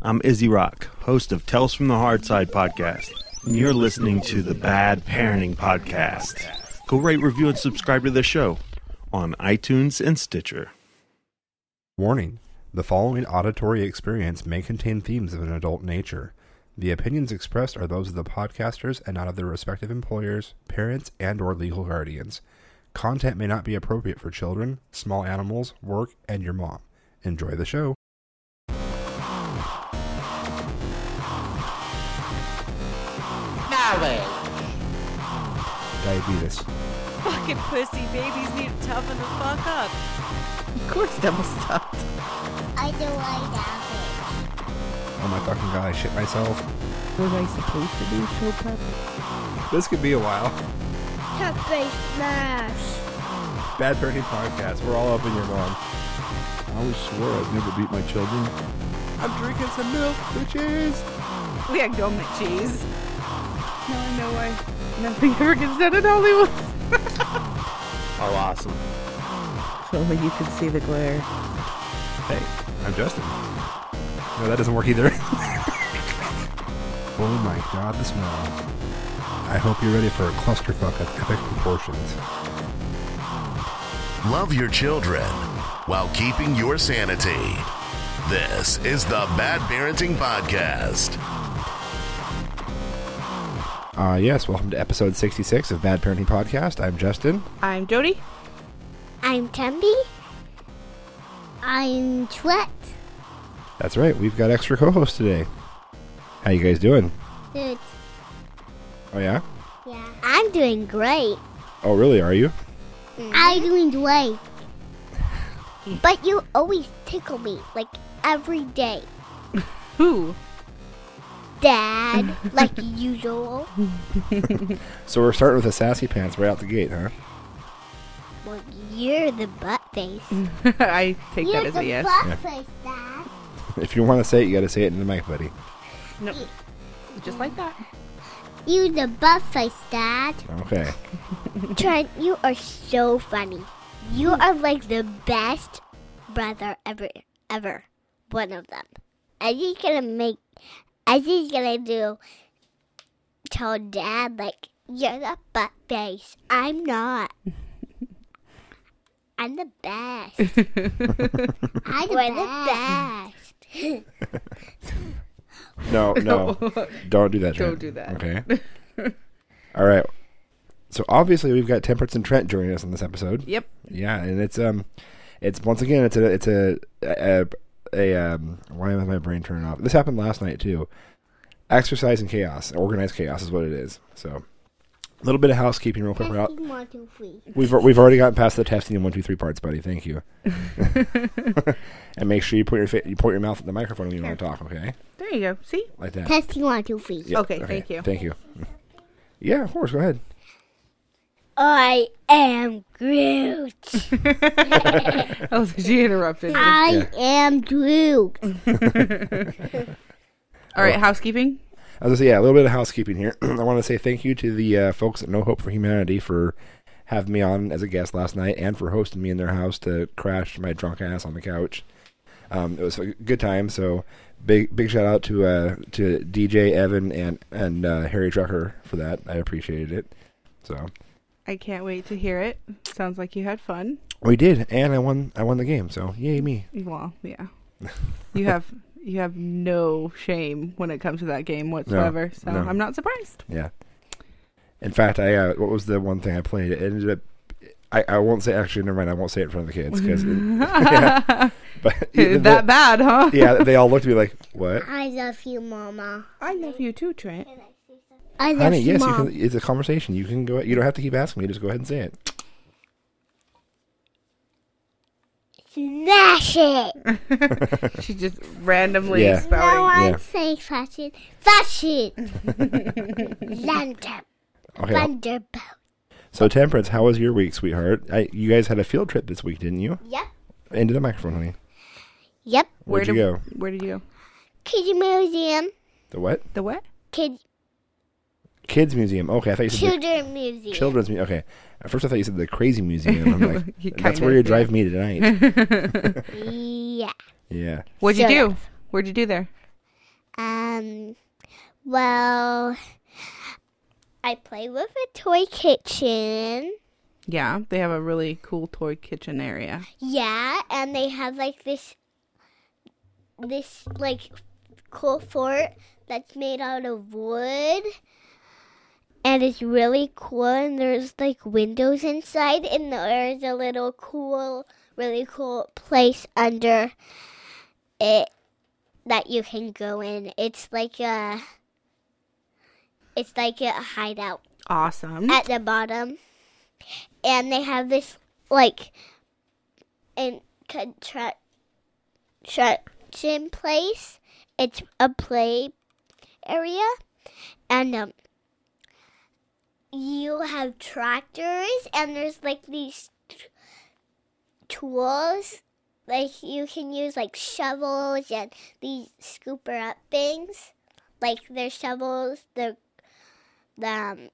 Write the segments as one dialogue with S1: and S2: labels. S1: I'm Izzy Rock, host of Tells from the Hard Side podcast, and you're listening to the Bad Parenting Podcast. Go rate, review, and subscribe to the show on iTunes and Stitcher.
S2: Warning The following auditory experience may contain themes of an adult nature. The opinions expressed are those of the podcasters and not of their respective employers, parents, and or legal guardians. Content may not be appropriate for children, small animals, work, and your mom. Enjoy the show.
S3: Marriage.
S2: Diabetes.
S4: Fucking pussy babies need to toughen the fuck up.
S3: Of course, double stopped.
S5: I do like that.
S2: Oh my fucking god, I shit myself.
S3: Was I supposed to do show prep?
S2: This could be a while.
S5: Top face smash.
S2: Bad Parenting Podcast. We're all up in your mom.
S6: I always swore I'd never beat my children.
S2: I'm drinking some milk, bitches.
S4: We had gourmet cheese. Now I know why nothing ever gets done in Hollywood.
S1: Oh, awesome.
S3: If only you could see the glare.
S2: Hey, I'm Justin. No, that doesn't work either. oh my god, the smell. I hope you're ready for a clusterfuck of epic proportions.
S7: Love your children while keeping your sanity. This is the Bad Parenting Podcast.
S2: Uh, yes, welcome to episode 66 of Bad Parenting Podcast. I'm Justin.
S4: I'm Jody.
S5: I'm Temby. I'm Twet.
S2: That's right, we've got extra co-hosts today. How you guys doing?
S5: Good.
S2: Oh yeah?
S5: Yeah. I'm doing great.
S2: Oh really, are you?
S4: Mm-hmm.
S5: I'm doing great. but you always tickle me, like every day.
S4: Who?
S5: Dad, like usual.
S2: So we're starting with the sassy pants right out the gate, huh?
S5: Well, you're the butt face.
S4: I take
S5: you're
S4: Mm-hmm. that as
S5: the
S4: a yes.
S5: butt face, Dad.
S2: If you want to say it, you got to say it in the mic, buddy.
S4: No. Just like that.
S5: You're the butt face, Dad.
S2: Okay.
S5: Trent, you are so funny. You are like the best brother ever, ever. One of them. Eddie's gonna make. Eddie's gonna do. Tell Dad like you're the butt face. I'm not. I'm the best. I'm the best.
S2: No, no, don't do that. Trent.
S4: Don't do that.
S2: Okay. All right. So obviously we've got Temperance and Trent joining us on this episode.
S4: Yep.
S2: Yeah, and it's um, it's once again it's a it's a a, a um. Why am I my brain turning off? This happened last night too. Exercise and chaos, organized chaos is what it is. So, a little bit of housekeeping real quick. We're out-
S5: Testing one, two, three.
S2: We've we've already gotten past the testing in one two three parts, buddy. Thank you. and make sure you put your fa- you point your mouth at the microphone when you want to talk. Okay,
S4: There you go. See?
S2: like that.
S5: Testing one, two, three.
S2: Yeah,
S4: Okay, thank you.
S2: Thank you. Mm. Yeah, of course. Go ahead.
S5: I am Groot.
S4: Oh, she interrupted. me.
S5: I am Groot.
S4: All right, housekeeping.
S2: I was gonna say, yeah, a little bit of housekeeping here. I want to say thank you to the uh, folks at No Hope for Humanity for having me on as a guest last night and for hosting me in their house to crash my drunk ass on the couch. Um, it was a good time. So big big shout out to uh, to DJ Evan and and uh, Harry Drucker for that. I appreciated it. So
S4: I can't wait to hear it. Sounds like you had fun.
S2: we did, and I won. I won the game. So yay me!
S4: Well, yeah. You have you have no shame when it comes to that game whatsoever. so
S2: no.
S4: I'm not surprised.
S2: Yeah. In fact, I uh, what was the one thing I played? It ended up. I, I won't say actually. Never mind. I won't say it in front of the kids because. But
S4: that bad, huh?
S2: yeah, they all looked at me like, "What,
S5: I love you, Mama.
S4: I love you too, Trent.
S5: I love
S2: honey?
S5: you,
S2: Yes, you
S5: Mom.
S2: can. It's a conversation. You can go. You don't have to keep asking me. Just go ahead and say it.
S5: Smash it.
S4: She just randomly
S2: Yeah.
S5: Now
S4: spouting.
S5: I
S2: Yeah.
S5: say fashion. Fashion. Thunder.
S2: Okay.
S5: Thunderbolt.
S2: So, Temperance, how was your week, sweetheart? I, you guys had a field trip this week, didn't you?
S5: Yep.
S2: Into the microphone, honey.
S5: Yep.
S4: Where
S2: Where'd you
S4: did-
S2: go?
S4: Where did you go?
S5: Kitty Museum.
S2: The what?
S4: The what?
S5: Kid
S2: Kids Museum. Okay, I thought you said
S5: Children
S2: the
S5: Museum.
S2: children's museum. Okay, at first I thought you said the crazy museum. I'm
S4: You
S2: like, that's
S4: kinda-
S2: where you drive me tonight.
S5: Yeah.
S2: yeah.
S4: What'd you
S5: Sort
S4: do? Where'd you do there?
S5: Um, well, I play with a toy kitchen.
S4: Yeah, they have a really cool toy kitchen area.
S5: Yeah, and they have like this, this like cool fort that's made out of wood, and it's really cool. And there's like windows inside, and there's a little cool, really cool place under it that you can go in. It's like a, it's like a hideout
S4: Awesome.
S5: at the bottom, and they have this like in construction place. It's a play area, and um, you have tractors, and there's like these t- tools. Like you can use like shovels and these scooper up things, like their shovels, the the um,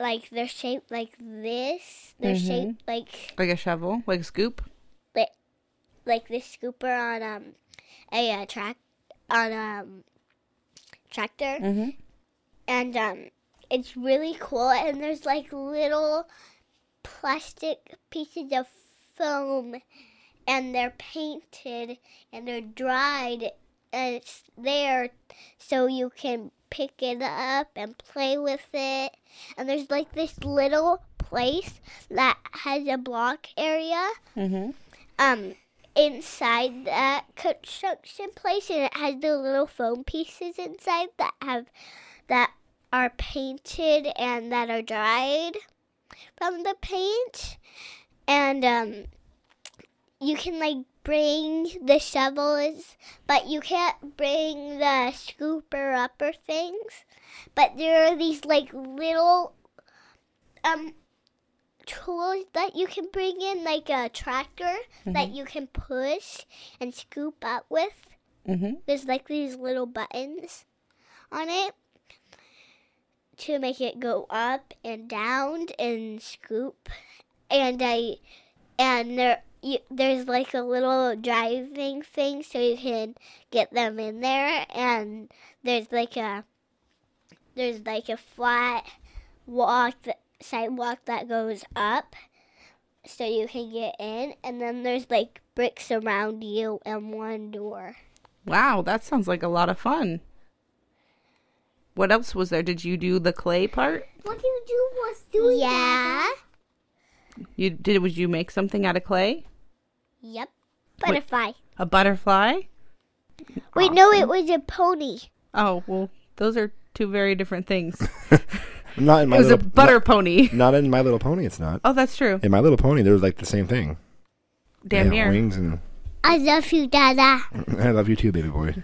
S5: like they're shaped like this. They're shaped like
S4: Like a shovel, like a scoop.
S5: like like this scooper on um a uh, track on um tractor,
S4: Mhm.
S5: and um it's really cool. And there's like little plastic pieces of foam, and they're painted and they're dried, and it's there so you can pick it up and play with it. And there's like this little place that has a block area
S4: Mhm.
S5: um inside that construction place and it has the little foam pieces inside that have that are painted and that are dried from the paint and um you can like bring the shovels but you can't bring the scooper upper things but there are these like little um tools that you can bring in, like a tractor that you can push and scoop up with.
S4: Mhm.
S5: There's like these little buttons on it to make it go up and down and scoop. And I and there you, there's like a little driving thing so you can get them in there. And there's like a there's like a flat walk that, sidewalk that goes up so you can get in and then there's like bricks around you and one door
S4: Wow, that sounds like a lot of fun. What else was there? Did you do the clay part?
S5: what do you do what's doing yeah
S4: You did would you make something out of clay?
S5: yep butterfly
S4: A butterfly?
S5: wait no it was a pony
S4: Oh, well, those are two very different things.
S2: Not in my
S4: it was a
S2: little
S4: butter pony.
S2: Not, not in My Little Pony. It's not
S4: Oh, that's true.
S2: in My Little Pony. They're like the same thing.
S4: Damn
S2: They have
S4: near.
S2: wings and
S5: i love you dada
S2: I love you too, baby boy.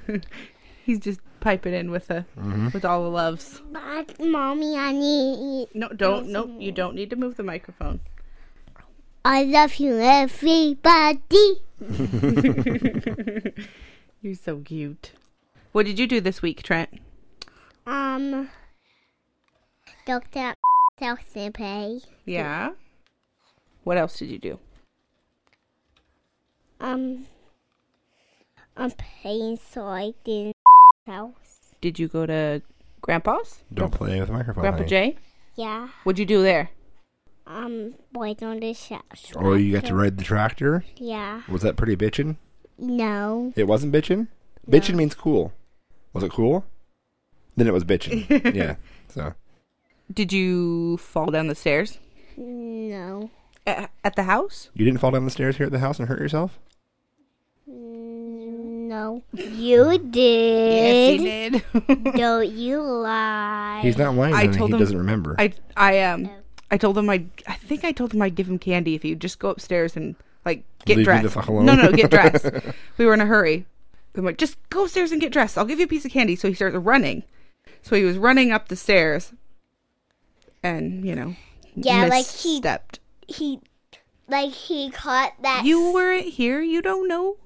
S4: He's just piping in with the
S2: Mm-hmm.
S4: with all the loves.
S5: but mommy i need
S4: No, don't. No, you don't need to move the microphone.
S5: i love you everybody
S4: You're so cute. What did you do this week, Trent?
S5: um dr Selson Pay.
S4: Yeah. What else did you do?
S5: Um, I'm playing so I didn't house.
S4: Did you go to Grandpa's?
S2: Don't play with the microphone.
S4: Grandpa
S2: honey.
S4: Jay?
S5: Yeah.
S4: What'd you do there?
S5: Um, boy, don't the shout.
S2: Oh, you got to ride the tractor.
S5: Yeah.
S2: Was that pretty bitchin'?
S5: No.
S2: It wasn't bitchin'? Bitchin' means cool. Was it cool? Then it was bitchin'. yeah. So
S4: Did you fall down the stairs
S5: No.
S4: A- at the house?
S2: you didn't fall down the stairs here at the house and hurt yourself?
S5: No. You
S4: Yes,
S5: did.
S4: he did.
S5: No, you lie.
S2: He's not lying.
S4: I
S2: honey.
S4: told
S2: he
S4: him-
S2: doesn't remember.
S4: I I um I told him I I think I told him I'd give him candy if he would just go upstairs and like
S2: Leave
S4: get
S2: me
S4: dressed.
S2: the fuck alone.
S4: No, no, get dressed. we were in a hurry. I'm like, just go upstairs and get dressed. I'll give you a piece of candy. So he starts running. So he was running up the stairs, and you know,
S5: Yeah, like he-
S4: stepped.
S5: He, like, he caught that.
S4: You weren't here. You don't know.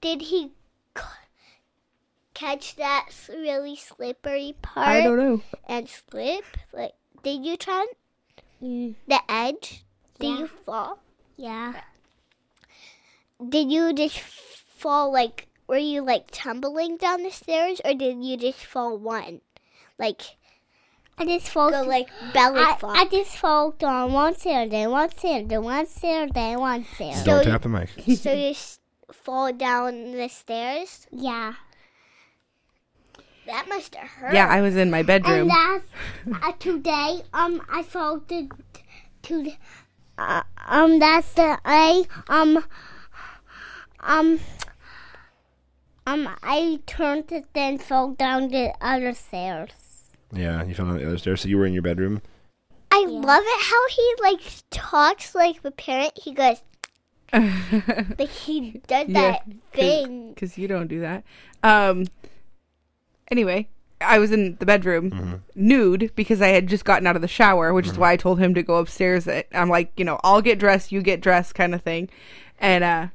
S5: Did he ca- catch that s- really slippery part?
S4: I don't know.
S5: and slip? Like, did you try
S8: Mm.
S5: the edge? Did you fall? Yeah. Did you just fall like were you like tumbling down the stairs or did you just fall one? Like
S8: I just fall.
S5: go like belly
S8: I,
S5: flop.
S8: I just fall on one stair, then one stair, then one stair, then one stair.
S2: Don't
S5: So-
S2: tap the mic.
S5: so you s- fall down the stairs?
S8: Yeah.
S5: That must have hurt.
S4: Yeah, I was in my
S8: And
S4: bedroom.
S8: last uh, today, um, I saw the to uh, um that's the I um um um I turned it then fell down the other stairs.
S2: Yeah, you fell down the other stairs. So you were in your bedroom.
S5: I love it how he like talks like a parent. He goes like he does
S4: Yeah,
S5: that thing.
S4: because you don't do that. Um. Anyway, I was in the bedroom
S2: Mm-hmm.
S4: nude because I had just gotten out of the shower, which is why I told him to go upstairs. I'm like, you know, I'll get dressed, you get dressed, kind of thing. And uh,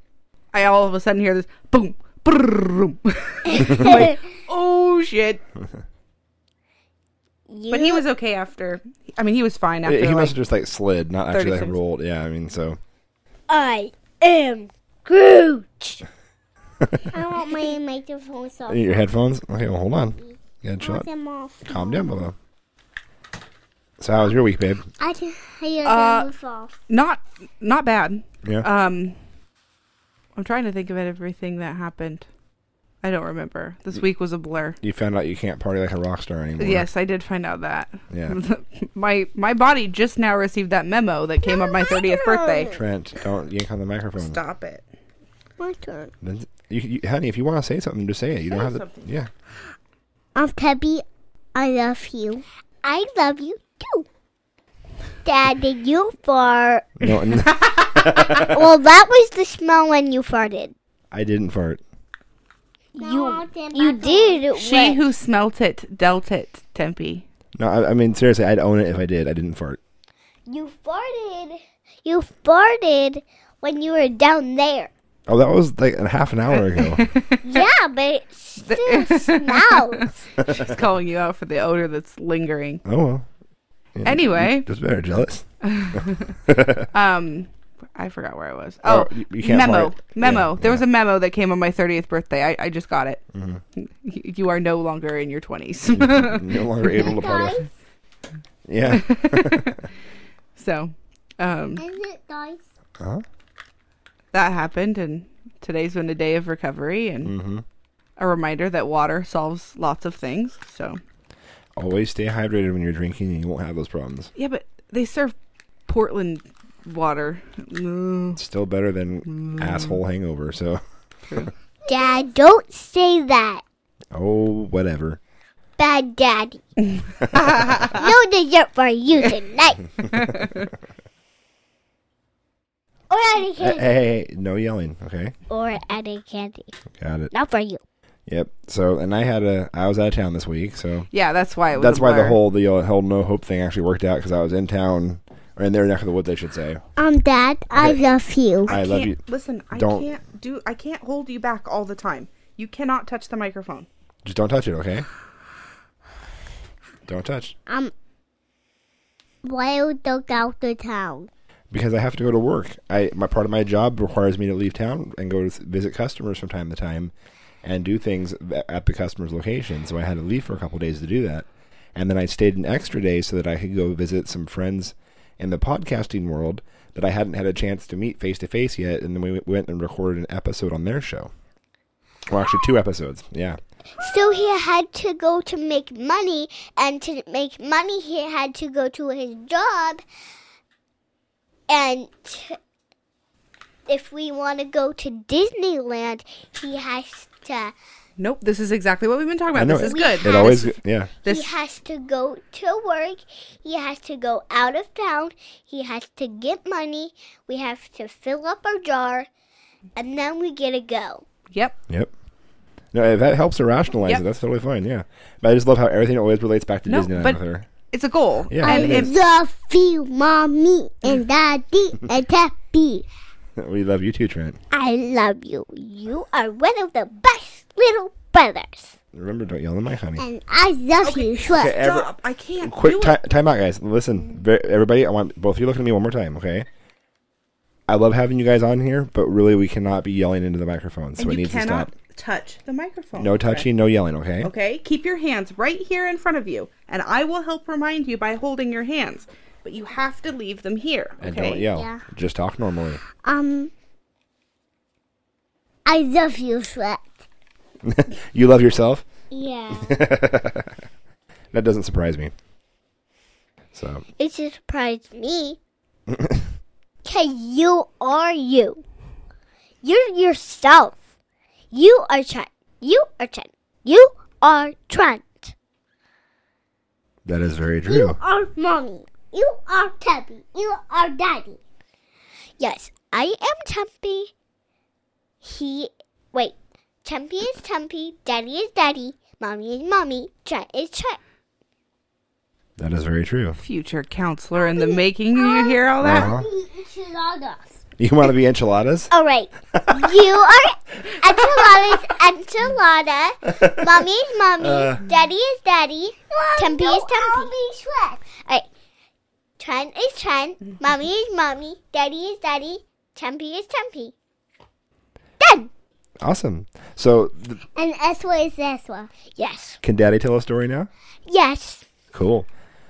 S4: I all of a sudden hear this boom, brrrrum. I'm like, oh shit!
S5: You,
S4: But he was okay after. I mean, he was fine after.
S2: He he
S4: like,
S2: must have just like slid, not actually
S4: 36.
S2: like rolled. Yeah, I mean, so
S5: I am Groot.
S8: I want my microphones off.
S2: your headphones. Okay, well, hold on. You
S8: I
S2: gotta
S4: Oh
S2: chill
S8: want
S2: out.
S8: them off.
S2: Calm down, Bubba. So how was your week, babe?
S8: I just hear
S4: Uh,
S8: them off.
S4: not not bad.
S2: Yeah.
S4: Um, I'm trying to think of everything that happened. I don't remember.
S2: Mm.
S4: This week was a blur.
S2: you found out you can't party like a rock star anymore.
S4: Yes, I did find out that.
S2: Yeah.
S4: my my body just now received that memo that came on my 30th birthday.
S2: Trent, don't yank on the microphone.
S4: Stop it.
S8: My turn.
S2: Then- You, you, honey, if you want to say something, just say it. You don't have to. Yeah.
S8: Um, Peppy, I love you.
S5: I love you too. Dad, did you fart?
S2: No, n-
S5: well, that was the smell when you farted.
S2: I didn't fart.
S8: You,
S5: You did.
S4: She
S5: when-
S4: who smelt it dealt it, Tempe.
S2: No, I, I mean seriously, I'd own it if I did. I didn't fart.
S5: you farted. You farted when you were down there.
S2: Oh, that was like a half an hour ago.
S5: yeah, but it still smells.
S4: She's calling you out for the odor that's lingering.
S2: oh well.
S4: Anyway,
S2: Just better jealous.
S4: um I forgot where I was. Oh,
S2: you- you can't
S4: memo.
S2: fart.
S4: Memo.
S2: Yeah, Mm-hmm.
S4: there was a memo that came on my 30th birthday. I, I just got it. Y- You are no longer in your 20s.
S2: No longer able to party.
S8: Guys,
S2: Yeah.
S4: so, um
S8: is it guys?
S2: Huh?
S4: that happened and today's been a day of recovery and
S2: Mhm.
S4: a reminder that water solves lots of things so
S2: Always stay hydrated when you're drinking, and you won't have those problems.
S4: yeah but they serve portland water Ugh.
S2: It's still better than asshole hangover. So,
S5: Dad, don't say that.
S2: oh whatever.
S5: Bad daddy. no dessert for you tonight. or any
S2: Hey,
S5: candy.
S2: hey, hey, no yelling. Okay,
S5: Or any candy.
S2: got it.
S5: Not for you.
S2: Yep. So, and I had a. I was out of town this week, so
S4: yeah that's why it was
S2: That's
S4: a
S2: why the
S4: blur.
S2: whole the uh, whole no hope thing actually worked out because I was in town or in their neck of the woods, I should say.
S8: Um, Dad, I love you.
S2: I, love
S4: Can't-
S2: you.
S4: listen i
S2: Don't-
S4: can't do i can't hold you back all the time you cannot touch the microphone
S2: Just don't touch it, okay? Don't touch
S8: Um, why you don't go to town?
S2: because I have to go to work. I my part of my job requires me to leave town and go to s- visit customers from time to time and do things th- at the customer's location. So I had to leave for a couple days to do that, and then I stayed an extra day so that I could go visit some friends in the podcasting world that I hadn't had a chance to meet face to face yet. And then we w- went and recorded an episode on their show. Well, actually, two episodes. Yeah.
S5: So he had to go to make money, and to make money, he had to go to his job. And t- if we want to go to Disneyland, he has to
S4: nope this is exactly what we've been talking
S2: I
S4: about
S2: know
S4: this is
S2: it-
S4: good
S2: It always. Yeah.
S4: this
S5: he has to go to work. He has to go out of town. He has to get money. We have to fill up our jar, and then we get to go.
S4: yep
S2: Yep. No, if that helps to rationalize
S4: Yep.
S2: it, that's totally fine. Yeah. But I just love how everything always relates back to
S4: No,
S2: Disneyland
S4: but-
S2: with her.
S4: it's a goal
S2: Yeah,
S4: and
S2: it
S4: if-
S8: Love you, mommy and daddy and Peppy.
S2: We love you too, Trent.
S5: I love you. You are one of the best little brothers.
S2: Remember, don't yell in the mic, honey.
S8: And I love you,
S2: Okay,
S8: Shrek.
S2: every-
S4: stop i can't
S2: quick
S4: do
S2: ti-
S4: it.
S2: time out, guys. Listen, ve- everybody, I want both of you looking at me one more time, okay? I love having you guys on here, but really, we cannot be yelling into the microphone, so
S4: and
S2: it
S4: you
S2: needs to
S4: cannot
S2: stop.
S4: touch the microphone.
S2: No touching, no yelling, okay?
S4: Okay, keep your hands right here in front of you, and I will help remind you by holding your hands. But you have to leave them here. Okay.
S2: And don't yell.
S8: Yeah.
S2: Just talk normally.
S8: Um, I love you, Shrek.
S2: You love yourself?
S5: Yeah.
S2: That doesn't surprise me. So,
S5: it just surprised me.
S8: Cause you are you. You're yourself. You are Trent. You are Trent. You are Trent.
S2: that is very true.
S8: Are mommy. You are Tubby. You are Daddy.
S5: Yes, I am Tumpy. He. Wait. Tumpy is Tumpy. Daddy is Daddy. Mommy is Mommy. Trent is Trent.
S2: That is very true.
S4: Future counselor in the making. You hear all that?
S2: Uh-huh.
S8: Enchiladas.
S2: You want to be enchiladas?
S5: All right. you are enchiladas, enchilada. Mommy is mommy.
S2: Uh.
S5: daddy is daddy. Tempe is
S8: I'll
S5: tempe.
S8: be Shrek.
S5: Trent is Trent. Mommy is mommy. Daddy is daddy. Tempe is tempe.
S2: Awesome. So, th-
S8: And Eswa is Eswa.
S5: Yes.
S2: can Daddy tell a story now?
S5: Yes.
S2: Cool.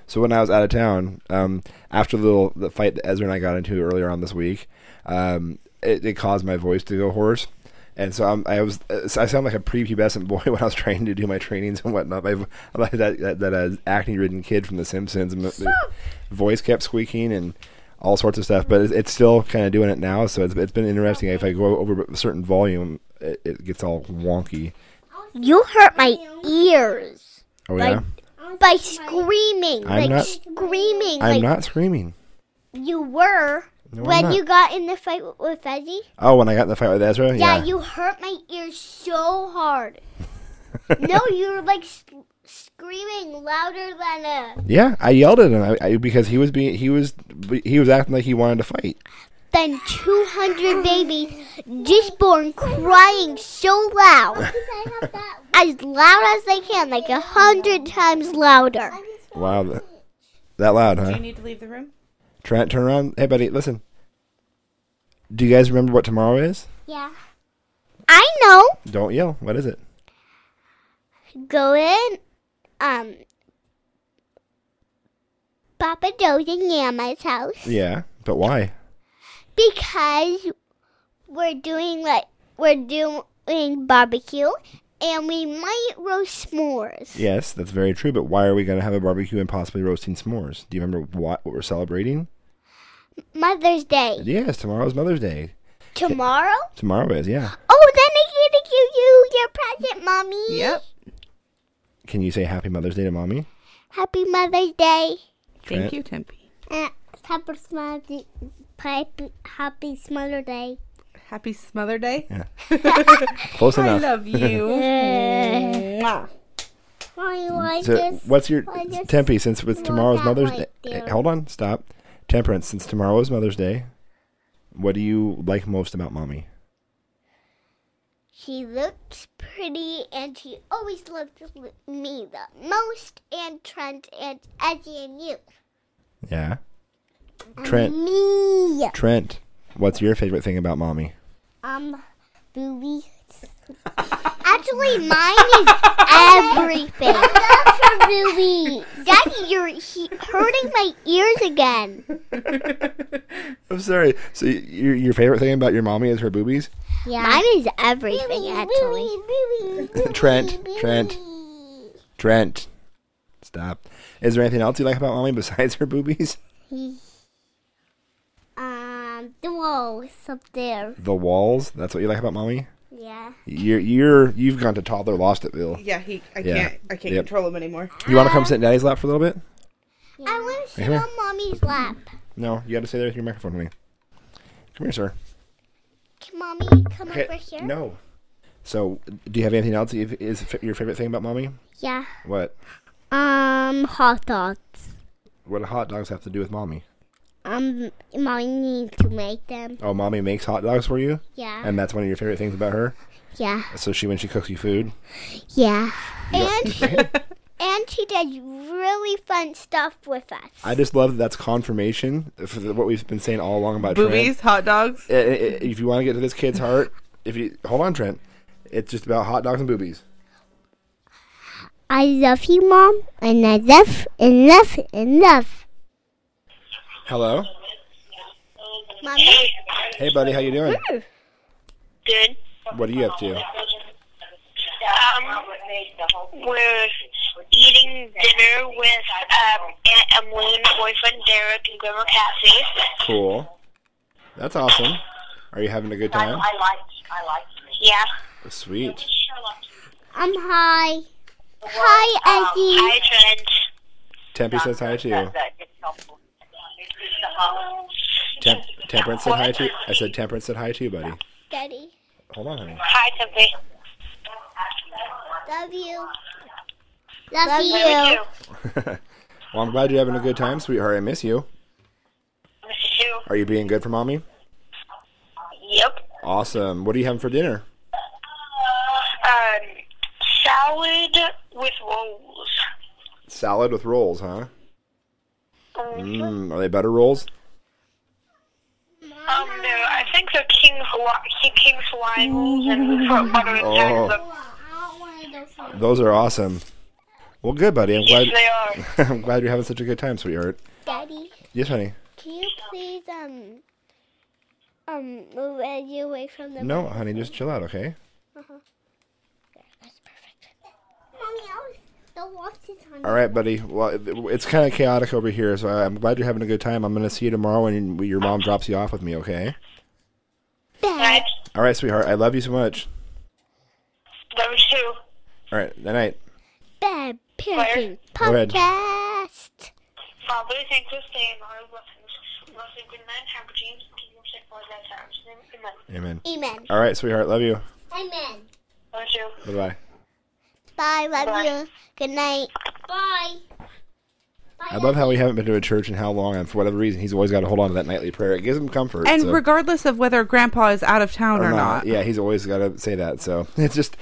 S2: So when I was out of town, um, after the little the fight that Ezra and I got into earlier on this week, um, it, it caused my voice to go hoarse, and so I'm, I was uh, I sound like a prepubescent boy when I was trying to do my trainings and whatnot. My, vo- I'm like that that, that uh, acne-ridden kid from The Simpsons, and my, my voice kept squeaking and all sorts of stuff. But it's, it's still kind of doing it now, so it's, it's been interesting. If I go over a certain volume, it, it gets all wonky.
S5: You hurt my ears
S2: Oh
S5: Like-
S2: yeah,
S5: by screaming.
S2: I'm
S5: like
S2: not-
S5: screaming.
S2: I'm
S5: like
S2: not screaming.
S5: you were
S2: No, I'm
S5: when
S2: not.
S5: you got in the fight with- with Fezzi.
S2: Oh, when I got in the fight with Ezra,
S5: Yeah, you hurt my ears so hard. no, you were like s- screaming louder than a.
S2: Yeah, I yelled at him I, I, because he was being he was he was acting like he wanted to fight.
S5: than 200 babies just born crying so loud. As loud as they can, like a hundred times louder.
S2: Wow, that, that loud,
S4: Do
S2: huh?
S4: you need to leave the room?
S2: Trent, turn around. Hey, buddy, listen. Do you guys remember what tomorrow is?
S5: Yeah. I know.
S2: Don't yell. What is it?
S5: Go in. Um. Papa Doe's and Yama's house.
S2: Yeah, but why?
S5: Because we're doing like, we're doing barbecue and we might roast s'mores.
S2: Yes, that's very true. But why are we going to have a barbecue and possibly roasting s'mores? Do you remember what, what we're celebrating?
S5: Mother's Day.
S2: Yes, tomorrow's Mother's Day.
S5: Tomorrow?
S2: Tomorrow is yeah.
S5: Oh, then I get to give you your present, Mommy.
S4: Yep.
S2: Can you say Happy Mother's Day to mommy?
S5: Happy Mother's Day.
S4: Thank
S2: Trent.
S4: you, Tempe.
S8: Uh, Pepper Smiley. Happy, happy Smuller Day.
S4: Happy Smother Day.
S2: Close
S4: I
S2: enough.
S4: love you. Mwah.
S8: Mommy, why
S2: So
S8: does-
S2: what's your
S8: why does-
S2: Tempe? Since it's tomorrow's
S8: that
S2: Mother's Day, eh,
S8: right there.
S2: hold on, stop. Temperance. Since tomorrow is Mother's Day, what do you like most about mommy?
S5: She looks pretty and she always loves me the most and Trent and Ezzy and you.
S2: Yeah. Trent.
S8: Me.
S2: Trent. What's your favorite thing about mommy?
S8: Um, booby.
S5: Actually, mine is everything.
S8: Booby.
S5: Daddy, you're he- hurting my ears again.
S2: I'm sorry. So y- your your favorite thing about your mommy is her boobies?
S8: Yeah.
S5: Mine is everything, actually.
S2: Trent. Trent. Trent. Stop. Is there anything else you like about mommy besides her boobies?
S8: Um, the walls up there.
S2: The walls. That's what you like about mommy.
S8: Yeah.
S2: You're you're you've gone to toddler Lostetville.
S4: Yeah, he. I
S2: Yeah.
S4: can't. I can't
S2: Yep.
S4: control him anymore.
S2: You want to come
S8: Um,
S2: sit in daddy's lap for a little bit?
S5: I want to sit
S2: Come here.
S5: on Mommy's lap.
S2: No, you got to stay there with your microphone on me. Come here, sir.
S5: Can Mommy come
S2: Okay,
S5: over here?
S2: No. So, do you have anything else? that Is f- your favorite thing about mommy?
S5: Yeah.
S2: What?
S8: Um, hot dogs.
S2: What do hot dogs have to do with mommy?
S8: Um, mommy needs to make them.
S2: Oh, mommy makes hot dogs for you,
S8: Yeah.
S2: and that's one of your favorite things about her.
S8: Yeah.
S2: So she, when she cooks you food,
S8: Yeah.
S5: And, and she does really fun stuff with us.
S2: I just love that that's confirmation for the- what we've been saying all along about
S4: Boobies, hot dogs.
S2: Trent. I- I- I- If you want to get to this kid's heart, if you hold on, Trent, It's just about hot dogs and boobies.
S8: I love you, Mom, and I love, and love, and love.
S2: Hello.
S5: Mommy?
S2: Hey, buddy. How you doing?
S9: Good.
S2: What are you up to?
S9: Um, we're eating dinner with um, Aunt Emily, my boyfriend Derek, and Grandma Cassie.
S2: Cool. That's awesome. Are you having a good time?
S9: like. I like. Yeah.
S2: Sweet.
S8: Um, hi. Oh, Hi,
S9: Um,
S8: Eddie.
S9: hi, Trent.
S2: Tempe says hi to you. Temp- Temperance said hi to you. I said Temperance said hi to you, buddy.
S5: Daddy.
S2: Hold on, honey.
S9: Hi, Tempe.
S5: Love you.
S8: Love,
S9: Love
S8: you.
S9: you.
S2: Well, I'm glad you're having a good time, sweetheart. I miss you.
S9: Miss you.
S2: Are you being good for mommy?
S9: Yep.
S2: Awesome. What are you having for dinner?
S9: Um, salad with rolls.
S2: Salad with rolls, huh? Mm, are they better rolls?
S9: Um, no, I think the King Hawaii, King Hawaiian rolls and fruit butter and
S2: Oh.
S9: tags.
S2: Those are awesome. Well, good, buddy. I'm glad.
S9: Yes, they are.
S2: I'm glad you're having such a good time, sweetheart.
S5: Daddy,
S2: Yes, honey.
S5: can you please um um move Eddie away from the
S2: No, honey, just chill out, okay?
S5: That's perfect.
S8: Mommy, I was, the watch is on.
S2: All right, buddy. Well, it- it's kind of chaotic over here, so I'm glad you're having a good time. I'm gonna see you tomorrow when your mom drops you off with me, okay?
S9: Right.
S2: All right, sweetheart. I love you so much.
S9: Love you too.
S2: All right, good night.
S5: Bad parenting
S2: Go ahead.
S5: podcast.
S9: Father, thank you for staying our blessings. Blessed be men, have dreams, kingdom, sick, for that time. Amen.
S2: Amen.
S5: Amen.
S2: All right, sweetheart. Love you.
S5: Amen.
S9: Love you.
S2: Bye bye.
S5: Bye. Love
S9: Bye.
S5: you. Good night. Bye.
S2: I love how we haven't been to a church in how long, and for whatever reason, he's always got to hold on to that nightly prayer. It gives him comfort.
S4: And
S2: so-
S4: regardless of whether Grandpa is out of town or, not,
S2: Yeah, he's always got to say that. So it's just,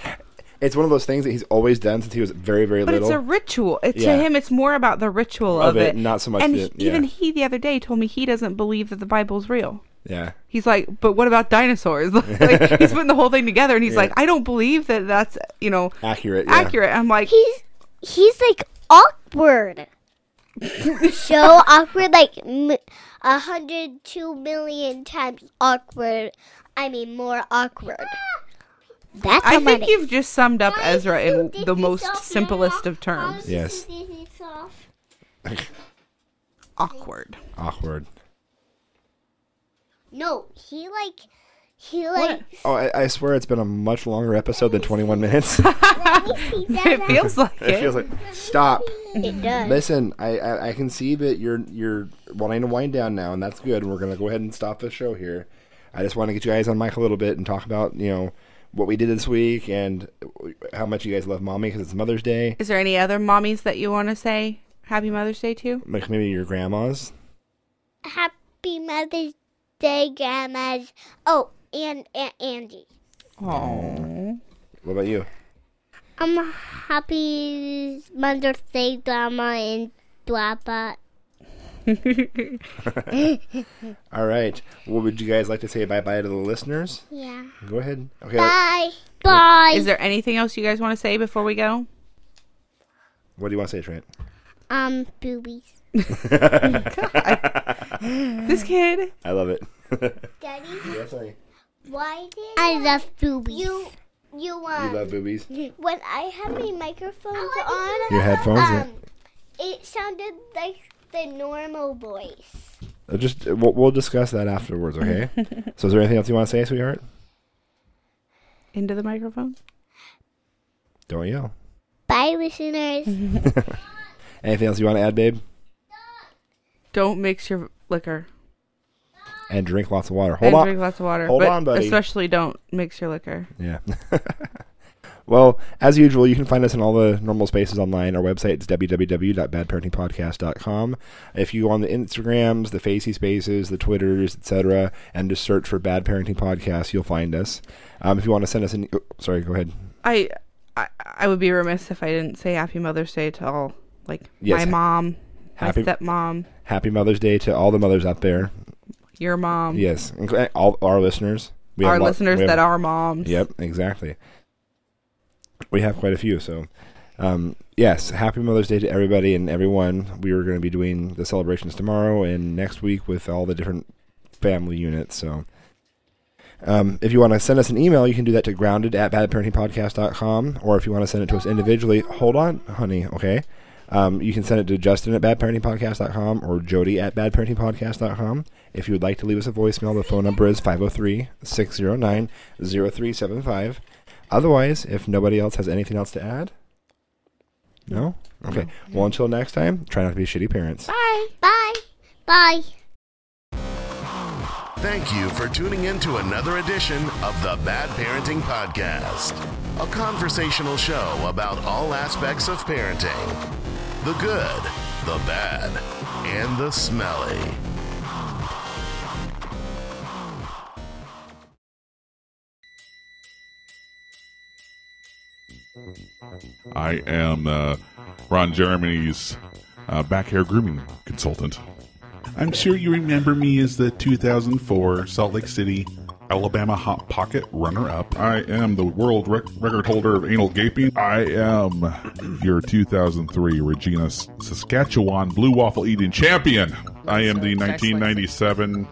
S2: it's one of those things that he's always done since he was very, very
S4: But
S2: little.
S4: it's a ritual. It,
S2: Yeah.
S4: To him, it's more about the ritual
S2: Of
S4: of,
S2: it, not so much
S4: And
S2: the-
S4: he- even
S2: yeah.
S4: he the other day told me he doesn't believe that the Bible's real.
S2: yeah.
S4: He's like, but what about dinosaurs? like, he's putting the whole thing together, and he's like, I don't believe that that's you know
S2: Accurate. Yeah.
S4: accurate. I'm like,
S5: He's he's like awkward. so awkward, like m- a hundred two million times awkward. I mean, more awkward. That's
S4: I
S5: how
S4: think
S5: many.
S4: you've just summed up
S8: Guys,
S4: Ezra
S8: you
S4: in
S8: did
S4: the
S8: this
S4: most
S8: off
S4: simplest
S8: now.
S4: of terms.
S8: Um,
S2: Yes.
S8: this is off.
S4: Awkward.
S2: Awkward.
S5: no, he like he like
S2: Oh, I, I swear it's been a much longer episode than 21 minutes.
S4: It feels like it.
S2: it feels like stop.
S5: it does.
S2: Listen, I, I I can see that you're you're wanting to wind down now, and that's good. We're gonna go ahead and stop the show here. I just want to get you guys on mic a little bit and talk about you know what we did this week and how much you guys love mommy because it's Mother's Day.
S4: Is there any other mommies that you want to say Happy Mother's Day to?
S2: Like maybe your grandma's.
S5: Happy Mother's Day, grandmas. Oh, and Aunt Andy.
S4: Oh,
S2: What about you?
S5: I'm happy Mother's Day, Grandma and Grandpa.
S2: All right. What would you guys like to say bye bye to the listeners?
S5: Yeah.
S2: Go ahead. Okay.
S5: Bye. Bye.
S4: is there anything else you guys want to say before we go?
S2: What do you want to say, Trent?
S5: um, boobies.
S4: This kid.
S2: I love it.
S5: Daddy,
S2: yes, honey.
S5: why did I love boobies? You, you
S2: You
S5: um,
S2: love boobies.
S5: when I had my microphones
S2: Your
S5: on,
S2: headphones.
S5: um, it sounded like the normal voice.
S2: Uh, Just we'll, we'll discuss that afterwards. Okay. so, is there anything else you want to say, sweetheart?
S4: Into the microphone.
S2: Don't yell.
S5: Bye, listeners.
S2: Anything else you want to add, babe?
S4: Don't mix your liquor.
S2: And drink lots of water. Hold
S4: and
S2: on.
S4: drink lots of water.
S2: Hold
S4: but
S2: on, buddy.
S4: Especially don't mix your liquor.
S2: Yeah. well, as usual, you can find us in all the normal spaces online. Our website is www.badparentingpodcast.com. If you go on the Instagrams, the Facey Spaces, the Twitters, etc., and just search for Bad Parenting Podcast, you'll find us. Um, if you want to send us an, oh, sorry, go ahead.
S4: I, I I would be remiss if I didn't say Happy Mother's Day to all like
S2: Yes.
S4: my mom,
S2: Happy-
S4: my stepmom,
S2: Happy Mother's Day to all the mothers out there.
S4: your mom,
S2: Yes, inclu- all our listeners. We
S4: our
S2: have lo-
S4: listeners
S2: we have-
S4: that are moms.
S2: Yep, exactly. We have quite a few. So, um, yes, happy Mother's Day to everybody and everyone. We are going to be doing the celebrations tomorrow and next week with all the different family units. So, um, if you want to send us an email, you can do that to grounded at badparentingpodcast.com. Or if you want to send it to us individually, hold on, honey, okay? Um, you can send it to Justin at badparentingpodcast.com or Jody at badparentingpodcast.com. If you would like to leave us a voicemail, the phone number is 503 609 0375. Otherwise, if nobody else has anything else to add, no? Okay. Well, until next time, try not to be shitty parents.
S5: Bye. Bye. Bye.
S7: Thank you for tuning in to another edition of the Bad Parenting Podcast, a conversational show about all aspects of parenting the good, the bad, and the smelly.
S10: I am uh, Ron Jeremy's uh, back hair grooming consultant. I'm sure you remember me as the 2004 Salt Lake City, Alabama Hot Pocket runner up. I am the world rec- record holder of anal gaping. I am your 2003 Regina S- Saskatchewan Blue Waffle Eating Champion. I am the 1997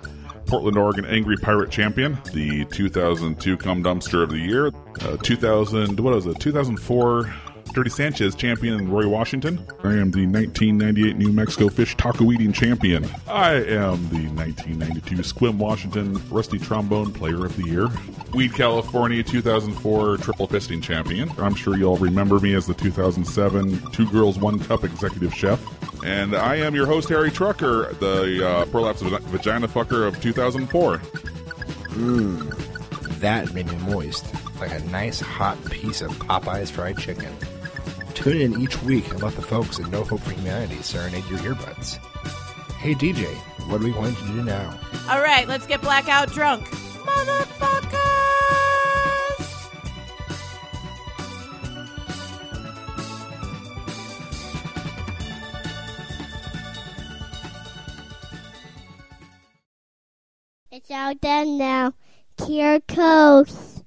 S10: Portland, Oregon Angry Pirate Champion, the 2002 Cum Dumpster of the Year, uh, 2000, what was it, 2004 Dirty Sanchez Champion in Roy Washington. I am the 1998 New Mexico Fish Taco Eating Champion. I am the 1992 Squim Washington Rusty Trombone Player of the Year. Weed California 2004 Triple Fisting Champion. I'm sure you'll remember me as the 2007 Two Girls One Cup Executive Chef. And I am your host, Harry Trucker, the uh, prolapse vag- vagina fucker of 2004.
S2: That made me moist, like a nice hot piece of Popeye's fried chicken. Tune in each week and let the folks at No Hope for Humanity serenade your earbuds. Hey DJ, what are we going to do now?
S11: All right, let's get blackout drunk. Motherfuckers!
S5: It's all done now. Here goes.